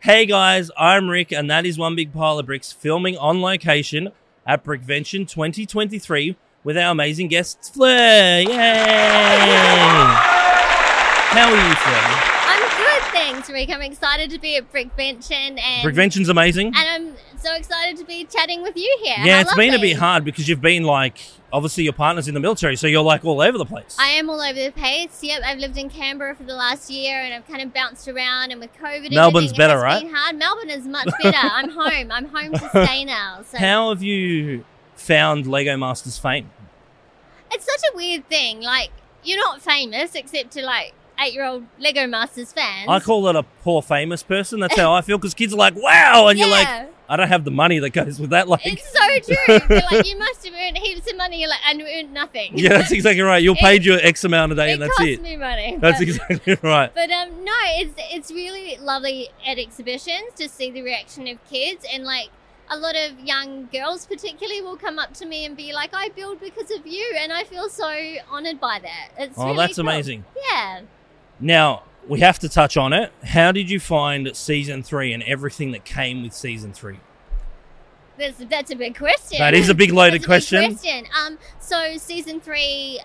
Hey guys, I'm Rick, and that is One Big Pile of Bricks filming on location at Brickvention 2023 with our amazing guests, Fleur. Yay! How are you, Fleur? I'm good, thanks, Rick. I'm excited to be at Brickvention and Brickvention's amazing. and I'm so excited to be chatting with you here. Yeah, How it's been a lovely. bit hard because you've been like, obviously, your partner's in the military, so you're like all over the place. I am all over the place. Yep, I've lived in Canberra for the last year, and I've kind of bounced around. And with COVID, and Melbourne's everything, better, it has right? Been hard. Melbourne is much better. I'm home. I'm home to stay now. So How have you found Lego Masters fame? it's such a weird thing. Like you're not famous except to like eight-year-old Lego Masters fans. I call it a poor famous person. That's how I feel because kids are like, wow, and yeah. you're like, I don't have the money that goes with that. Like, It's so true. You're like, you must have earned heaps of money, you're like, and earned nothing. yeah, that's exactly right. You're It- paid your X amount a day, it and that's cost it. me money. That's but- exactly right. But um, no, it's it's really lovely at exhibitions to see the reaction of kids and like a lot of young girls particularly will come up to me and be like, "I build because of you," and I feel so honoured by that. It's oh, really that's cool. amazing. Yeah, Now we have to touch on it. How did you find season three and everything that came with season three? that's that's a big question. That is a big loaded That's a big question. question. Um, so season three,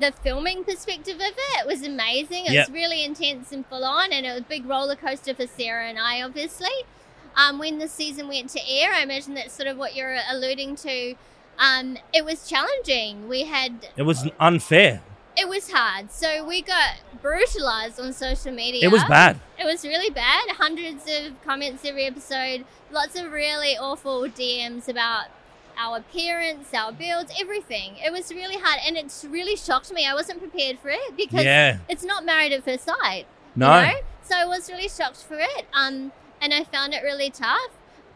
the filming perspective of it was amazing. It Yep. was really intense and full on, and it was a big roller coaster for Sarah and I, obviously. Um, when the season went to air, I imagine that's sort of what you're alluding to. Um, it was challenging. We had It was unfair. it was hard, so we got brutalized on social media. It was bad. It was really bad. Hundreds of comments every episode. Lots of really awful DMs about our appearance, our builds, everything. It was really hard, and it's really shocked me. I wasn't prepared for it because Yeah. it's not married at first sight. you No. know? So I was really shocked for it. Um, and I found it really tough.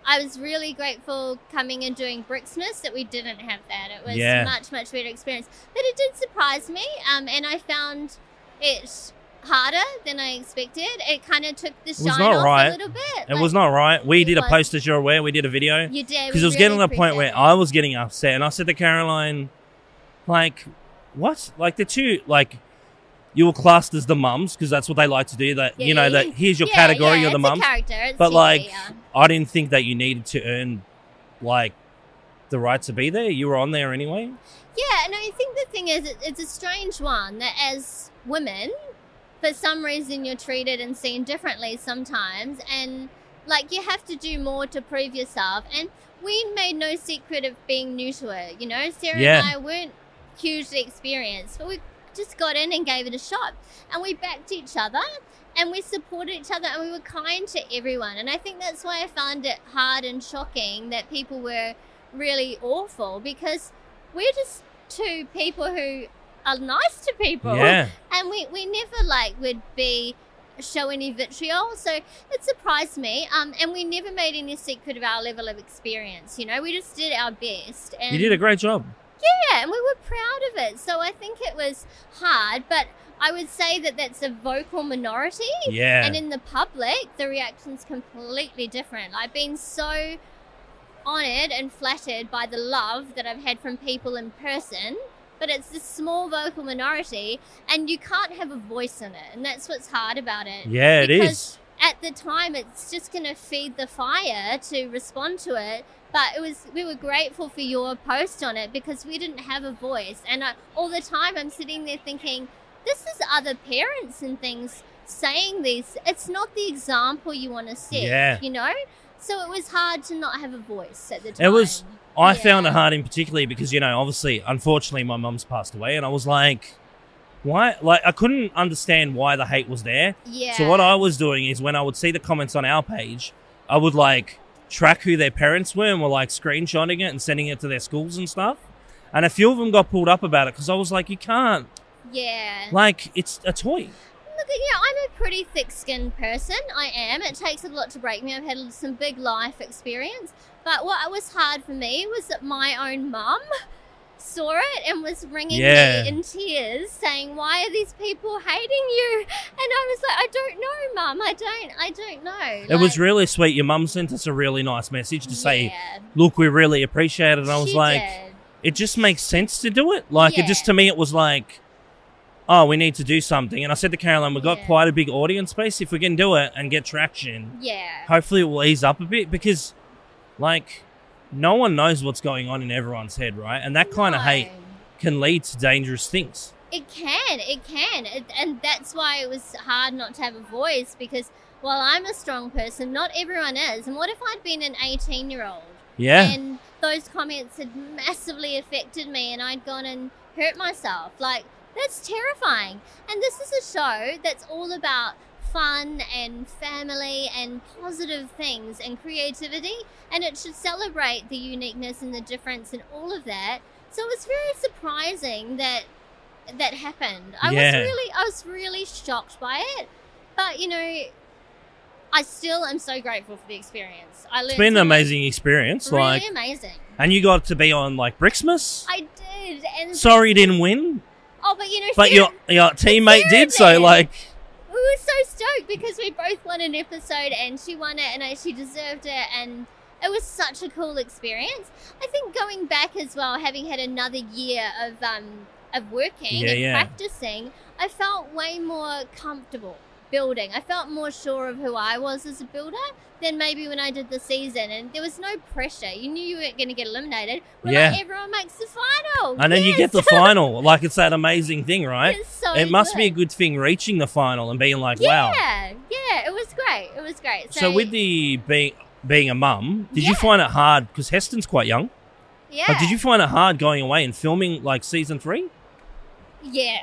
I was really grateful coming and doing Bricksmas that we didn't have that. It was Yeah. much, much better experience. But it did surprise me. Um, and I found it harder than I expected. It kind of took the was shine not off right. a little bit. It was not right. We it did a was- post, as you're aware. We did a video. You did. because we it was really getting to the point appreciate where it. I was getting upset, and I said to Caroline, like, what? Like the two, like, you were classed as the mums because that's what they like to do. That Yeah, you know yeah, that yeah. here's your Yeah, category yeah, of the it's a mums. character. It's But yeah, like, yeah. I didn't think that you needed to earn like the right to be there. You were on there anyway. Yeah, and I think the thing is, it- it's a strange one that as women, for some reason, you're treated and seen differently sometimes, and like you have to do more to prove yourself. And we made no secret of being new to it. You know, Sarah Yeah. and I weren't hugely experienced, but we just got in and gave it a shot, and we backed each other. And we supported each other and we were kind to everyone. And I think that's why I found it hard and shocking that people were really awful because we're just two people who are nice to people Yeah, and we, we never like would be show any vitriol so it surprised me um and we never made any secret of our level of experience you know we just did our best and you did a great job. yeah, and we were proud of it so i think it was hard but i would say that that's a vocal minority Yeah, and in the public, the reaction's completely different. I've been so honored and flattered by the love that I've had from people in person, but it's this small vocal minority, and you can't have a voice in it. And that's what's hard about it. yeah, it is. because- At the time, it's just going to feed the fire to respond to it. But it was we were grateful for your post on it because we didn't have a voice. And I, all the time, I'm sitting there thinking, this is other parents and things saying these. It's not the example you want to set, Yeah. you know? So it was hard to not have a voice at the time. It was- I yeah. found it hard in particularly because you know, obviously, unfortunately, my mum's passed away, and I was like, why? Like, I couldn't understand why the hate was there. Yeah. So what I was doing is when I would see the comments on our page, I would like track who their parents were and were like screenshotting it and sending it to their schools and stuff. And a few of them got pulled up about it because I was like, you can't. yeah. Like, it's a toy. Look, you know, I'm a pretty thick-skinned person. I am. It takes a lot to break me. I've had some big life experience, but what was hard for me was that my own mum saw it and was ringing Yeah. me in tears, saying, "Why are these people hating you?" And I was like, "I don't know, mum. I don't. I don't know." It was Like, really sweet. Your mum sent us a really nice message to say, yeah, look, we really appreciate it. And I was she like, did. it just makes sense to do it. Like, it Yeah. just to me, it was like, oh, we need to do something. And I said to Caroline, we've got Yeah. quite a big audience base. If we can do it and get traction, Yeah. hopefully it will ease up a bit because, like, no one knows what's going on in everyone's head, right? And that kind of hate No. can lead to dangerous things. It can, it can. It- And that's why it was hard not to have a voice because while I'm a strong person, not everyone is. And what if I'd been an 18 year old Yeah. and those comments had massively affected me and I'd gone and hurt myself? Like, that's terrifying. And this is a show that's all about fun and family and positive things and creativity. And it should celebrate the uniqueness and the difference and all of that. So it was very surprising that that happened. I Yeah. was really I was really shocked by it. But you know, I still am so grateful for the experience. I learned it's been an so much. amazing experience. really Like, amazing. and you got to be on like Brixmas. I did and Sorry, you didn't win, oh but you know but Sarah- your your teammate did. So Sarah like, we were so stoked because we both won an episode and she won it and I, she deserved it and it was such a cool experience i think going back as well having had another year of um of working Yeah, and yeah. practicing i felt way more comfortable building i felt more sure of who i was as a builder than maybe when i did the season and there was no pressure you knew you weren't going to get eliminated we're Yeah. like everyone makes the final and then you get the Yes! final. Like, it's that amazing thing, right? It's so It must be a good. good thing reaching the final and being like, wow. yeah yeah it was great it was great So with the being being a mum, did you Yeah. find it hard? Because Heston's quite young. yeah Like, oh, did you find it hard going away and filming like season three? Yeah,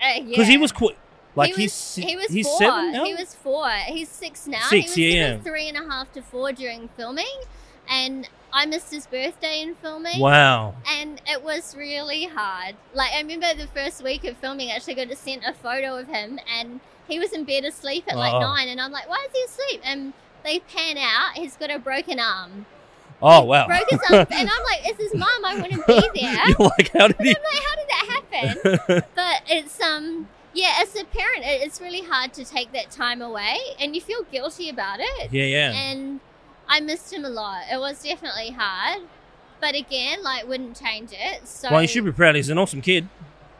because Because he was quite like he he's was, si- he was he's four. seven now. He was four. He's six now. Six, he was yeah, sort of three and a half to four during filming, and I missed his birthday in filming. wow. And it was really hard. Like I remember the first week of filming, I actually got to send a photo of him, and he was in bed asleep at like Oh. nine, and I'm like, why is he asleep? And they pan out. He's got a broken arm. Oh wow. Broke his arm, and I'm like, "It's his mum. I wouldn't be there." You're like, how did he? I'm like, how did that happen? but it's um yeah as a parent it- it's really hard to take that time away and you feel guilty about it yeah, yeah. and i missed him a lot it was definitely hard but again like wouldn't change it so well, you should be proud. He's an awesome kid.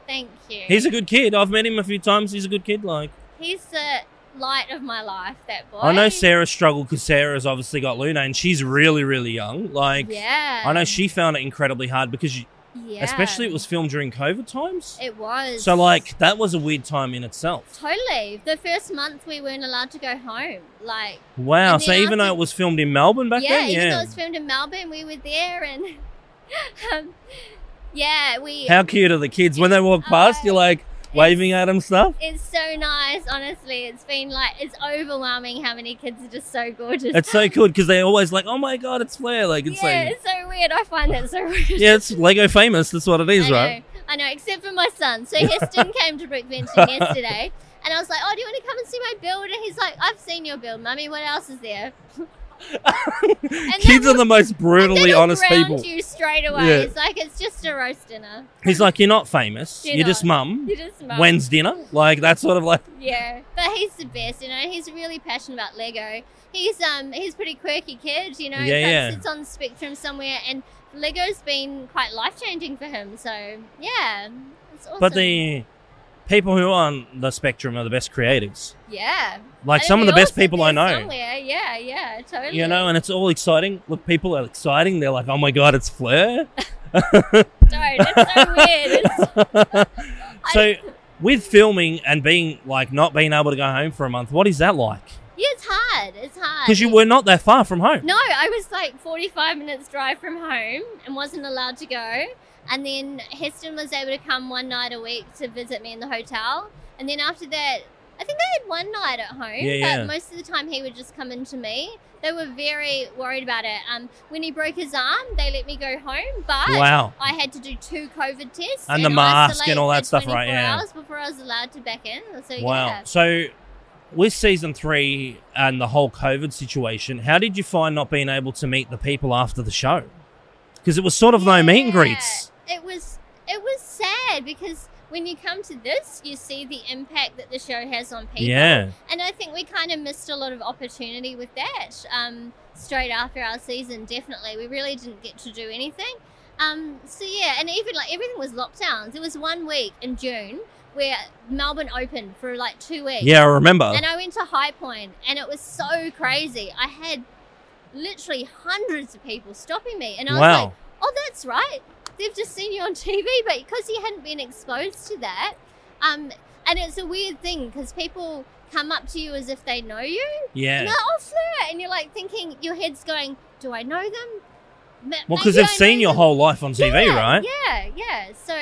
thank you He's a good kid. I've met him a few times. He's a good kid. Like he's the light of my life that boy I know Sarah struggled because Sarah's obviously got Luna, and she's really, really young. Like yeah I know she found it incredibly hard because, you, yeah especially, it was filmed during COVID times. it was So like that was a weird time in itself. totally the first month we weren't allowed to go home like Wow. And So then even though after- it was filmed in Melbourne back yeah, then, even though yeah. it was filmed in Melbourne, we were there, and um, yeah, we. How cute are the kids when they walk Oh, past? You're like waving at them stuff. It's so nice, honestly. It's been like it's overwhelming how many kids are just so gorgeous. It's so cool because they always like, oh my god, it's Flair. Like it's yeah, like, it's so weird. I find that so weird. yeah, it's Lego famous. That's what it is, I know, right? I know, except for my son. So Heston came to Brookvention yesterday, and I was like, "Oh, do you want to come and see my build?" And he's like, "I've seen your build, mummy. What else is there?" And Kids then are the most brutally Then he'll honest ground people. You straight away. Yeah. It's like it's just a roast dinner. He's like, you're not famous. You're You're, just mum. You just mum. When's dinner? Like that's sort of like, Yeah, but he's the best, you know. He's really passionate about Lego. He's um he's a pretty quirky kid, you know. Yeah, yeah. It's on the spectrum somewhere, and Lego's been quite life changing for him. So yeah, it's awesome. but the people who are on the spectrum are the best creatives. yeah, Like And some of we the best all sit people I there know. Somewhere, yeah, yeah, totally. You know, and it's all exciting. Look, people are exciting. They're like, oh my god, it's Flair. Don't, it's so weird. It's, so, with filming and being like not being able to go home for a month, what is that like? yeah, it's hard. It's hard Because you were not that far from home. No, I was like 45 minutes drive from home and wasn't allowed to go. And then Heston was able to come one night a week to visit me in the hotel. And then after that, I think they had one night at home, Yeah, yeah. but most of the time he would just come into me. They were very worried about it. Um, when he broke his arm, they let me go home, but Wow. I had to do two COVID tests And the mask isolate and all that for stuff, right, 24 yeah. Hours before I was allowed to back in. So Wow. yeah. So, with season three and the whole COVID situation, how did you find not being able to meet the people after the show? Because it was sort of no meet and Yeah. greets. It was it was sad because when you come to this, you see the impact that the show has on people. Yeah. And I think we kind of missed a lot of opportunity with that. Um, straight after our season, definitely, we really didn't get to do anything. Um, so yeah, and even like everything was lockdowns. There was one week in June where Melbourne opened for like two weeks. Yeah, I remember. And I went to High Point, and it was so crazy. I had literally hundreds of people stopping me, and I was wow. like, "Oh, that's right. They've just seen you on TV, but because you hadn't been exposed to that, um, and it's a weird thing because people come up to you as if they know you, yeah. and they're like, "Oh, Fleur," and you're like thinking, your head's going, "Do I know them?" well, Ma- maybe because I they've know seen your them." whole life on TV, yeah, right? Yeah, yeah. So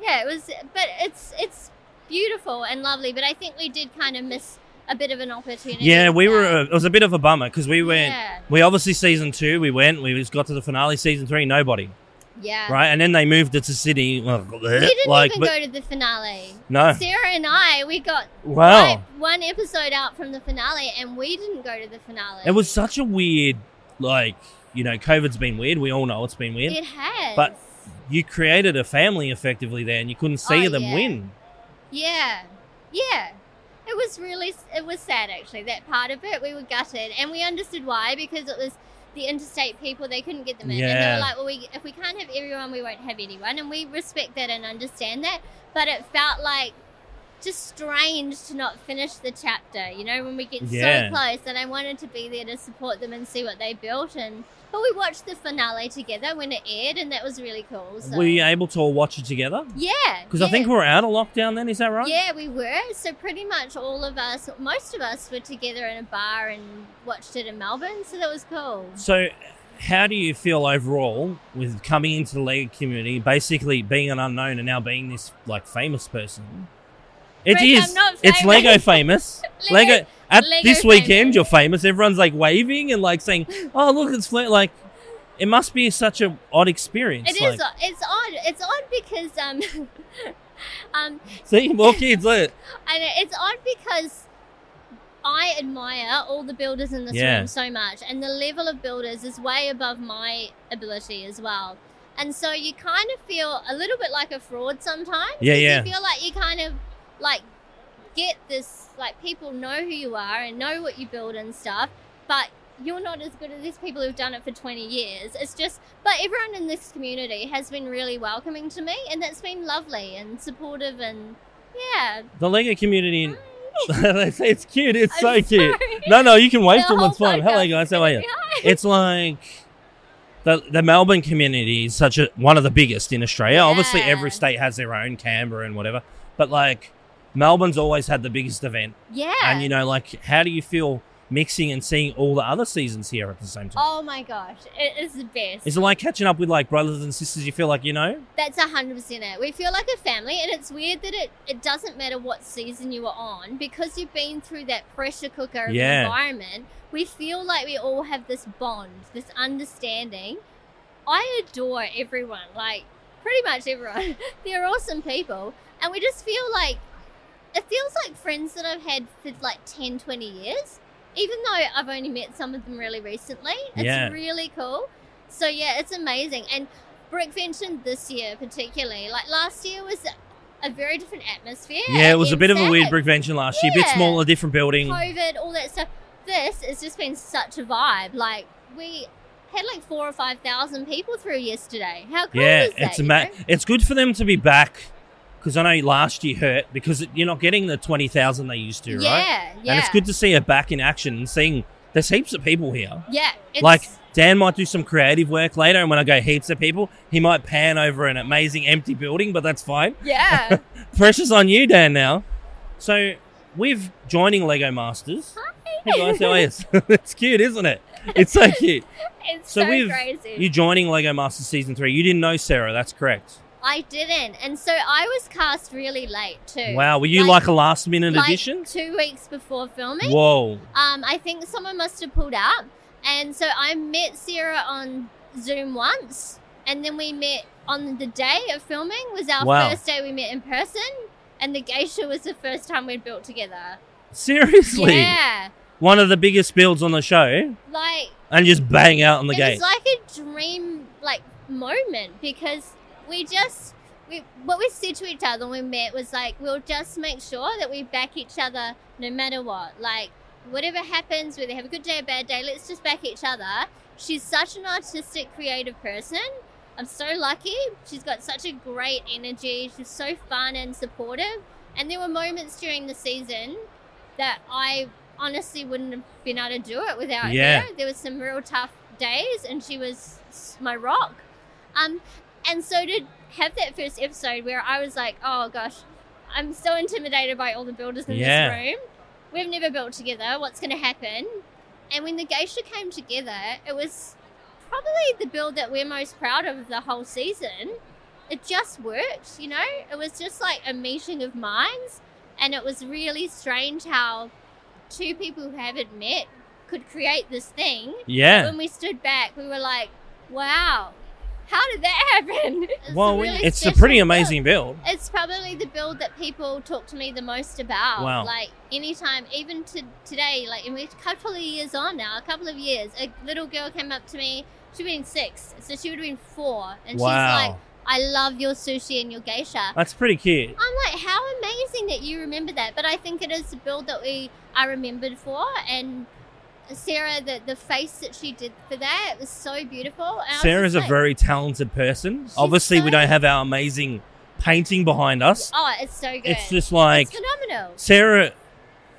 yeah, it was, but it's it's beautiful and lovely. But I think we did kind of miss a bit of an opportunity. Yeah, we were. there. Uh, it was a bit of a bummer because we went. Yeah, We obviously season two. We went. We just got to the finale. Season three, nobody. yeah. Right, and then they moved it to Sydney. Well, You didn't like, even but go to the finale. no. Sarah and I, we got like, Wow, one episode out from the finale, and we didn't go to the finale. it was such a weird. Like you know, COVID's been weird. We all know it's been weird. It has. But- you created a family effectively there, and you couldn't see Oh, them yeah. win. Yeah, yeah. It was really, it was sad actually, that part of it. We were gutted and we understood why because it was the interstate people, they couldn't get them in. And they Yeah. were like, well, we, if we can't have everyone, we won't have anyone. And we respect that and understand that. But it felt like just strange to not finish the chapter, you know, when we get Yeah. so close. And I wanted to be there to support them and see what they built. And But we watched the finale together when it aired and that was really cool. So. Were you able to all watch it together? yeah. Because uh, I yeah. think we were out of lockdown then. Is that right? Yeah, we were. So pretty much all of us, most of us, were together in a bar and watched it in Melbourne. So that was cool. So, how do you feel overall with coming into the Lego community, basically being an unknown and now being this like famous person? It Rick, I'm is. not It's famous. Lego famous. Lego- Lego, at Lego this weekend, famous. you're famous. Everyone's like waving and like saying, "Oh, look, it's Flair." Like, it must be such an odd experience. It is. like, o- It's odd. It's odd because um, um, See, more kids. Look. and it- it's odd because I admire all the builders in this Yeah. room so much, and the level of builders is way above my ability as well. And so you kind of feel a little bit like a fraud sometimes. Yeah, 'cause yeah. You feel like you kind of like get this, like people know who you are and know what you build and stuff, but you're not as good as these people who've done it for 20 years. It's just, but everyone in this community has been really welcoming to me, and that's been lovely and supportive and yeah. The Lego community. they say it's cute. It's so I'm cute. sorry. No, no, you can wave The to them. It's whole fine. Hello, podcast guys. is How gonna are you? be high. it's like the the Melbourne community is such a one of the biggest in Australia. Obviously, Yeah. every state has their own Canberra and whatever, but like Melbourne's always had the biggest event. Yeah. And you know, like, how do you feel mixing and seeing all the other seasons here at the same time? oh my gosh, it is the best. Is it like catching up with like brothers and sisters? You feel like you know? That's hundred percent it. We feel like a family, and it's weird that it, it doesn't matter what season you are on because you've been through that pressure cooker of Yeah. environment. We feel like we all have this bond, this understanding. I adore everyone, like pretty much everyone. They're awesome people, and we just feel like it feels like friends that I've had for like 10, 20 years. Even though I've only met some of them really recently, it's Yeah. really cool. So yeah, it's amazing. And Brickvention this year, particularly, like last year was a very different atmosphere. Yeah, it was a bit of a weird Brick. brickvention last year. Bit Yeah. smaller, different building. COVID, all that stuff. This has just been such a vibe. Like we had like four or five thousand people through yesterday. How cool yeah, is that? it's you ama- know? It's good for them to be back because I know last year hurt because you're not getting the twenty thousand they used to, right? Yeah, yeah. And it's good to see her back in action and seeing there's heaps of people here. yeah, it's, Like Dan might do some creative work later, and when I go heaps of people, he might pan over an amazing empty building, but that's fine. yeah. Pressure's on you, Dan. Now, so we've joining Lego Masters. Hey guys, how are you? it's cute, isn't it? It's so cute. It's So so, we've- crazy. You joining Lego Masters season three? You didn't know Sarah. That's correct. I didn't, and so I was cast really late too. Wow. Were you like, Like- a last minute like addition? two weeks before filming. Whoa. Um, I think someone must have pulled up, and so I met Sarah on Zoom once, and then we met on the day of filming. Was our Wow. first day we met in person, and the geisha was the first time we'd built together. Seriously. Yeah, One of the biggest builds on the show, like and just bang out on the it gate. was like a dream like moment because we just we what we said to each other when we met was like we'll just make sure that we back each other no matter what like whatever happens whether they have a good day or bad day let's just back each other she's such an artistic creative person i'm so lucky she's got such a great energy she's so fun and supportive And there were moments during the season that I honestly wouldn't have been able to do it without Yeah. her. There was some real tough days, and she was s- my rock. Um, and so to have that first episode where I was like, oh gosh, I'm so intimidated by all the builders in Yeah. this room. We've never built together. What's going to happen? And when the geisha came together, it was probably the build that we're most proud of the whole season. It just worked, you know? It was just like a meeting of minds. And it was really strange how two people who haven't met could create this thing. Yeah. When we stood back, we were like, wow, how did that happen? It's Well, really it's a special pretty build. amazing build. It's probably the build that people talk to me the most about. Wow. Like anytime, even to today, like and we're a couple of years on now, a couple of years, a little girl came up to me. She'd been six, so she would have been four, and she's like, Wow. "I love your sushi and your geisha." That's pretty cute. I'm like, "How amazing that you remember that!" But I think it is the build that we are remembered for, and Sarah, the the face that she did for that it was so beautiful. And I was Sarah's a just like, very talented person. She's Obviously, we so- don't have our amazing painting behind us. oh, it's so good. It's just like it's phenomenal. Sarah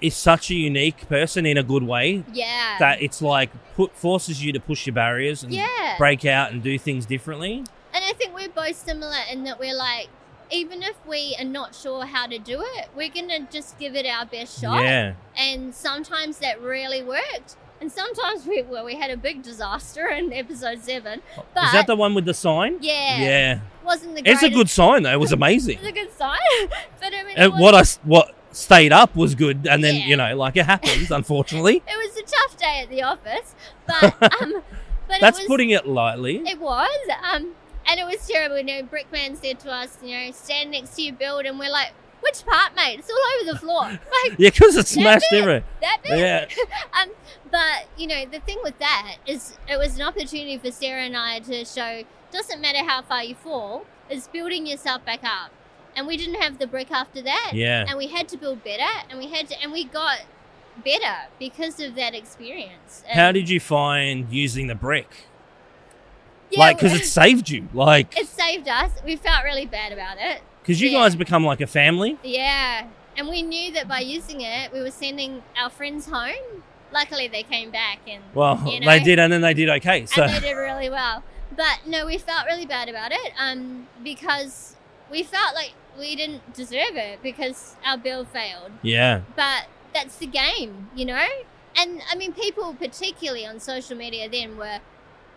is such a unique person in a good way Yeah. that it's like put forces you to push your barriers and yeah. break out and do things differently. And I think we're both similar in that we're like, even if we are not sure how to do it, we're going to just give it our best shot. Yeah. And sometimes that really worked. And sometimes we, well, we had a big disaster in episode seven. But is that the one with the sign? yeah, Yeah. wasn't the It's greatest, a good sign though. It was amazing. it's a good sign. but I mean, And it, what was, I s- what stayed up was good, and then Yeah. you know, like it happens. Unfortunately, it was a tough day at the office. But um, but that's it was, putting it lightly. It was. Um, and it was terrible. You know, Brickman said to us, you know, stand next to your build, and we're like, which part, mate? It's all over the floor. Like Yeah, because it smashed it. everything. that bit. Yeah, But you know, the thing with that is, it was an opportunity for Sarah and I to show doesn't matter how far you fall, it's building yourself back up. And we didn't have the brick after that. yeah. And we had to build better, and we had to, and we got better because of that experience. And How did you find using the brick? yeah, like, because it saved you. Like, it saved us. We felt really bad about it. because you yeah. guys become like a family. Yeah, and we knew that by using it, we were sending our friends home. Luckily, they came back and Well, You know? they did, and then they did okay. So, and they did really well. But no, we felt really bad about it um, because we felt like we didn't deserve it because our bill failed. yeah, But that's the game, you know. And I mean, people, particularly on social media, then were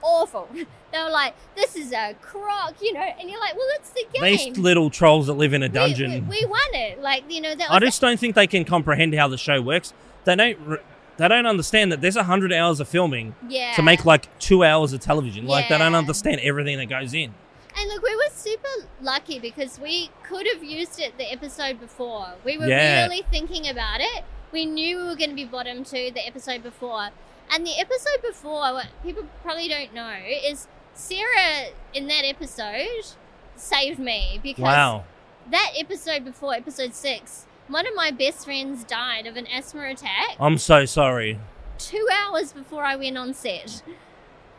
awful. they were like, "This is a crock," you know, and you're like, "Well, that's the game." these little trolls that live in a We- dungeon. We, we, won it, like you know. That was I just don't think they can comprehend how the show works. They don't. re- They don't understand that there's hundred hours of filming yeah. to make like two hours of television. Like they don't Yeah. understand everything that goes in. And look, we were super lucky because we could have used it the episode before. We were Yeah. really thinking about it. We knew we were going to be bottom two the episode before. And the episode before, what people probably don't know, is Sarah in that episode saved me because Wow. that episode before, episode six, one of my best friends died of an asthma attack I'm so sorry. two hours before I went on set.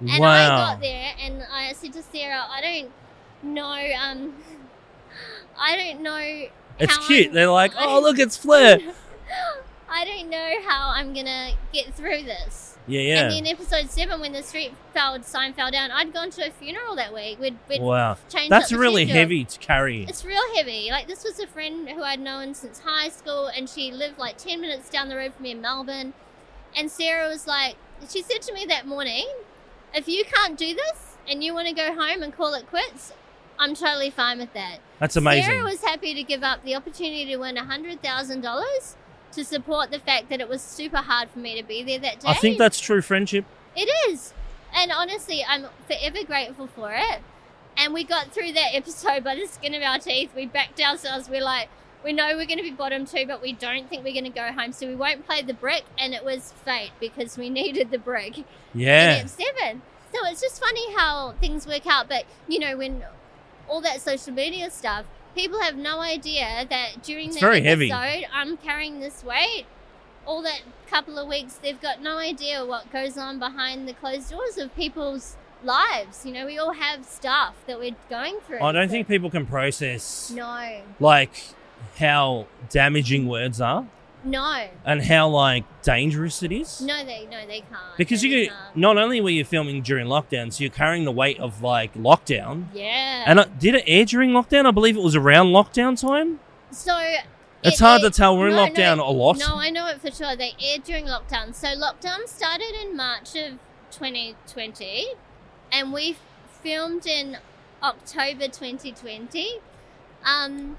And I wow. got there and I said to Sarah, I don't know, um, I don't know. It's how cute. I'm- They're like, I- oh look, it's Flair. I don't know how I'm gonna get through this. Yeah, yeah. And then episode seven, when the street fell sign fell down, I'd gone to a funeral that week. We'd, we'd wow. changed. up That's the really schedule. heavy to carry. It's real heavy. Like this was a friend who I'd known since high school, and she lived like ten minutes down the road from me in Melbourne. And Sarah was like, she said to me that morning, "If you can't do this and you want to go home and call it quits, I'm totally fine with that." That's amazing. Sarah was happy to give up the opportunity to win hundred thousand dollars to support the fact that it was super hard for me to be there that day. I think that's true friendship. It is. And honestly, I'm forever grateful for it. And we got through that episode by the skin of our teeth. We backed ourselves. We're like, we know we're going to be bottom two, but we don't think we're going to go home. So we won't play the brick. And it was fate because we needed the brick Yeah. in F seven. So it's just funny how things work out. But you know, when all that social media stuff, people have no idea that during It's that very heavy. episode, I'm carrying this weight. All that couple of weeks, they've got no idea what goes on behind the closed doors of people's lives. You know, we all have stuff that we're going through. I don't So- think people can process No. like how damaging words are No, and how like dangerous it is? no, they no they can't Because They you can't. not only were you filming during lockdown, so you're carrying the weight of like lockdown. yeah. And I, did it air during lockdown? I believe it was around lockdown time. so It's it- hard it- to tell. We're in no, no, lockdown a lot. No, I know it for sure. They aired during lockdown. So lockdown started in March of 2020, and we f- filmed in October 2020. Um,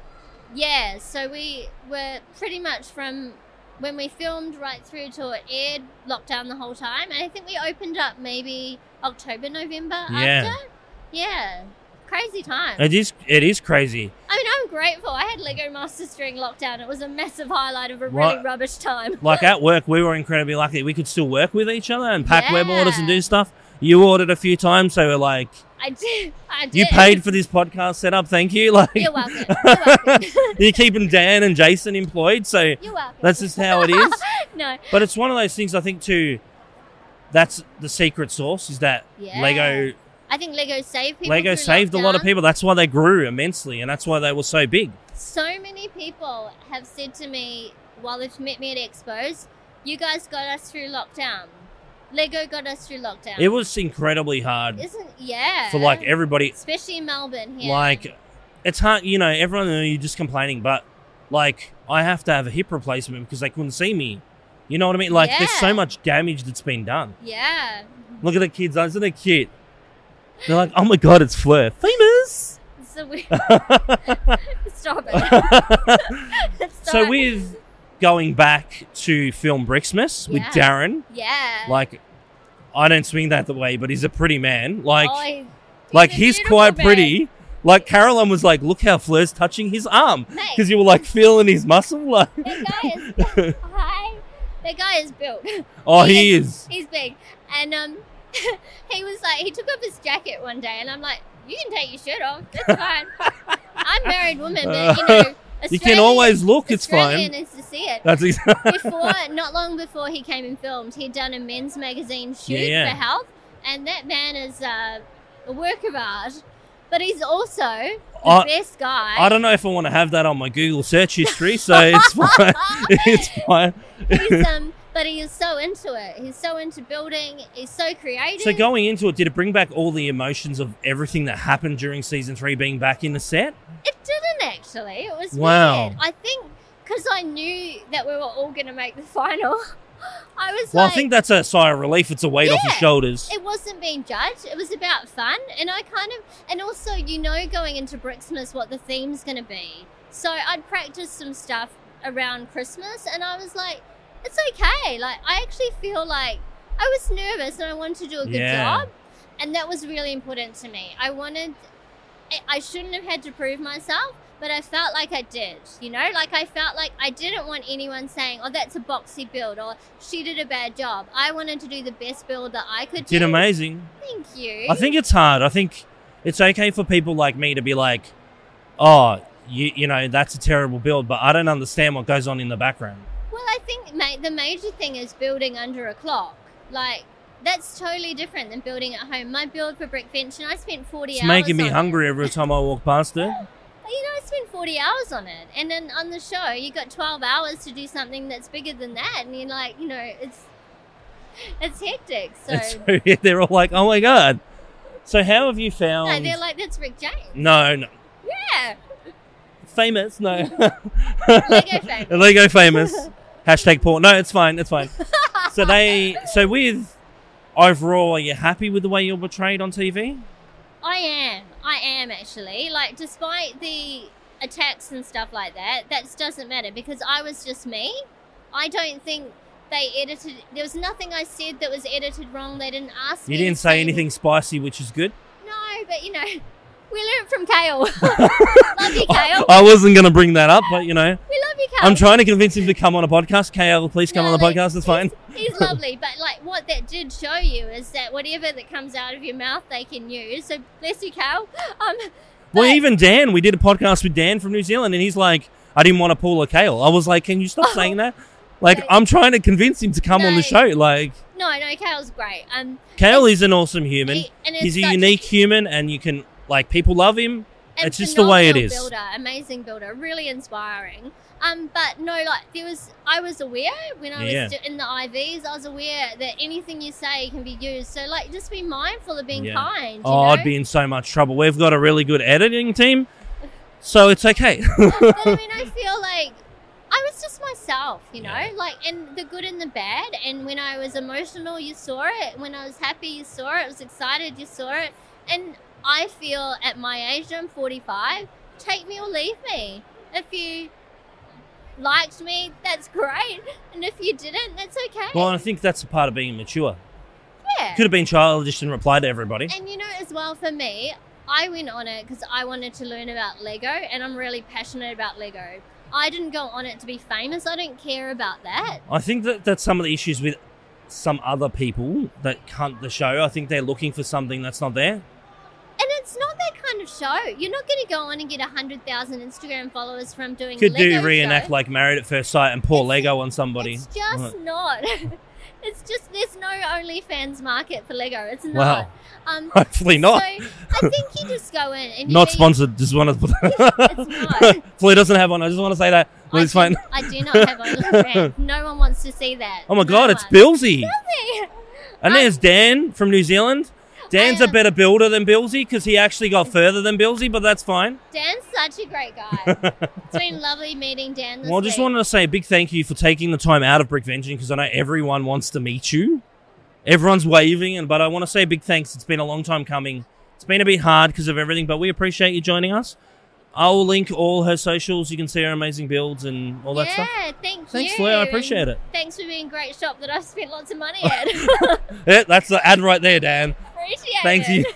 yeah, so we were pretty much from when we filmed right through to it aired lockdown the whole time, and I think we opened up maybe October, November Yeah. after. Yeah, crazy time. It is. It is crazy. I mean, I'm grateful. I had Lego Masters during lockdown. It was a massive highlight of a Right. really rubbish time. Like at work, we were incredibly lucky. We could still work with each other and pack web Yeah. orders and do stuff. You ordered a few times, so we're like, I did. I did. you paid for this podcast setup. Thank you. Like, You're welcome. You're welcome. you're keeping Dan and Jason employed, so You're welcome. that's just how it is. no. But it's one of those things. I think too. That's the secret sauce. Is that Yeah. Lego? I think Lego saved people. Lego through saved a lot of lockdown. people. That's why they grew immensely, and that's why they were so big. So many people have said to me while they've met me at expos, "You guys got us through lockdown. Lego got us through lockdown." It was incredibly hard Isn't yeah. for like everybody. especially in Melbourne here. Like, it's hard, you know, everyone, you're just complaining, but like, I have to have a hip replacement because they couldn't see me. You know what I mean? Like, there's Yeah. so much damage that's been done. yeah. Look at the kids, isn't it cute? They're like, oh my god, it's Fleur. Famous! It's a weird. Stop it. Stop so, it. with going back to film Brixmas with Yeah. Darren, yeah. like, I don't swing that the way, but he's a pretty man. Like, Oh, he- like a he's beautiful quite man. pretty. Like Caroline was like, look how Fleur's touching his arm Mate. because you were like feeling his muscle. Like, That guy is hi. That guy is built. oh, he is. He's big, and um, he was like he took off his jacket one day, and I'm like, you can take your shirt off. That's fine. I'm a married woman, but you know, Australian, Uh, You can always look. It's Australian fine. is to see it. That's ex- Before, not long before he came and filmed, he'd done a men's magazine shoot Yeah, yeah. for health, and that man is uh, a work of art. But he's also the I- best guy. I don't know if I want to have that on my Google search history, so it's fine. it's fine. he's, um, but he is so into it. He's so into building. He's so creative. So going into it, did it bring back all the emotions of everything that happened during season three being back in the set? It didn't actually. It was Wow. weird. I think because I knew that we were all going to make the final. I was Well, like, I think that's a sigh of relief. It's a weight off your Yeah. shoulders. it wasn't being judged. It was about fun, and I kind of, and also you know, going into Brixmas, what the theme's going to be. So I'd practiced some stuff around Christmas, and I was like, it's okay. Like I actually feel like I was nervous, and I wanted to do a good Yeah. job, and that was really important to me. I wanted, I- I shouldn't have had to prove myself. But I felt like I did, you know? Like, I felt like I didn't want anyone saying, oh, that's a boxy build or she did a bad job. I wanted to do the best build that I could Did do. amazing. Thank you. I think it's hard. I think it's okay for people like me to be like, oh, you, you know, that's a terrible build, but I don't understand what goes on in the background. Well, I think ma- the major thing is building under a clock. Like that's totally different than building at home. My build for Brickvention, I spent forty It's hours. making me on it. hungry every time I walk past it. You know, I spent forty hours on it, and then on the show, you got twelve hours to do something that's bigger than that, and you're like, you know, it's it's hectic. So, And so yeah, they're all like, oh my God. So, how have you found. no, they're like, that's Rick James. no, no. Yeah, Famous? No. Lego fame. Lego famous. Hashtag porn. No, it's fine. It's fine. So, they. So, with. Overall, are you happy with the way you're portrayed on TV? I am. I am actually. Like, despite the attacks and stuff like that, that doesn't matter because I was just me. I don't think they edited. There was nothing I said that was edited wrong. They didn't ask You me didn't to say anything spicy, which is good. No, but you know, we learned from Kale. love you, Kale. I wasn't going to bring that up, but you know, We love you, Kale. Oh, I'm trying to convince him to come on a podcast. KL, please come No, on the like, podcast. It's fine. He's lovely, but like what that did show you is that whatever that comes out of your mouth, they can use. So bless you, Kale. Um, Well, but- even Dan, we did a podcast with Dan from New Zealand, and he's like, I didn't want to pull a kale. I was like, can you stop Oh. saying that? Like, No. I'm trying to convince him to come on the No. show. Like, no, no, Kale's great. Um, Kale is an awesome human. he- and it's He's a such- unique human, and you can, like, people love him. It's just the way it phenomenal is. Builder, amazing builder, really inspiring. Um, but no, like there was, I was aware when I Yeah. was do- in the IVs, I was aware that anything you say can be used. So like, just be mindful of being Yeah. kind. You Oh, know? I'd be in so much trouble. We've got a really good editing team, so it's okay. but I mean, I feel like I was just myself, you know, Yeah. like, and the good and the bad. And when I was emotional, you saw it. When I was happy, you saw it. I was excited, you saw it. And I feel at my age, I'm 45, take me or leave me. If you liked me, that's great. And if you didn't, that's okay. well, I think that's a part of being mature. yeah. Could have been childish and replied to everybody. And you know, as well for me, I went on it because I wanted to learn about Lego, and I'm really passionate about Lego. I didn't go on it to be famous. I don't care about that. I think that that's some of the issues with some other people that cunt the show. I think they're looking for something that's not there. And it's not that kind of show. You're not going to go on and get hundred thousand Instagram followers from doing Could a Lego do reenact show. like Married at First Sight and pour It's- Lego on somebody. It's just not. it's just there's no OnlyFans market for Lego. It's Wow. not. Um, Hopefully not. So I think you just go in and you not be- sponsored. Just want to put It's not. Flea doesn't have one. I just want to say that. Well, I it's fine. Do, I do not have OnlyFans. No one wants to see that. Oh my No god, it's one. Billsy. And I- there's Dan from New Zealand. Dan's I, a um, better builder than Billsy because he actually got further than Billsy, but that's fine. Dan's such a great guy. it's been lovely meeting Dan this Well, I just week. wanted to say a big thank you for taking the time out of Brickvention because I know everyone wants to meet you. Everyone's waving, and but I want to say a big thanks. It's been a long time coming. It's been a bit hard because of everything, but we appreciate you joining us. I'll link all her socials. You can see her amazing builds and all that yeah, stuff. thank Thanks, you. Leah, I appreciate and it. Thanks for being a great shop that I've spent lots of money at. Yeah, that's the ad right there, Dan. appreciate Thank it. you.